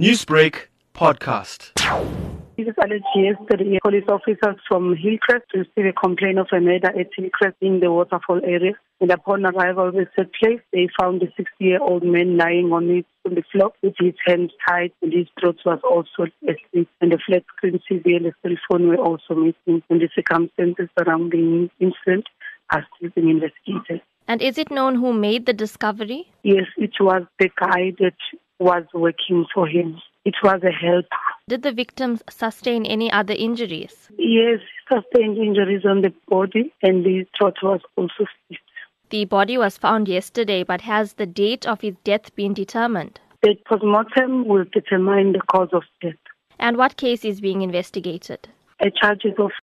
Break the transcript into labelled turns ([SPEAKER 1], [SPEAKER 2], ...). [SPEAKER 1] Newsbreak podcast.
[SPEAKER 2] It is alleged yesterday police officers from Hillcrest received a complaint of a murder at Hillcrest in the waterfall area. And upon arrival at the said place, they found a 60 year old man lying on, his, on the floor with his hands tied and his throat was also slit. And a flat screen TV and a cell phone were also missing. And the circumstances surrounding the incident are still being investigated.
[SPEAKER 3] And is it known who made the discovery?
[SPEAKER 2] Yes, it was the guy that was working for him. It was a helper.
[SPEAKER 3] Did the victims sustain any other injuries?
[SPEAKER 2] Yes, sustained injuries on the body and the throat was also slit.
[SPEAKER 3] The body was found yesterday, but has the date of his death been determined?
[SPEAKER 2] The postmortem will determine the cause of death.
[SPEAKER 3] And what case is being investigated?
[SPEAKER 2] A charges of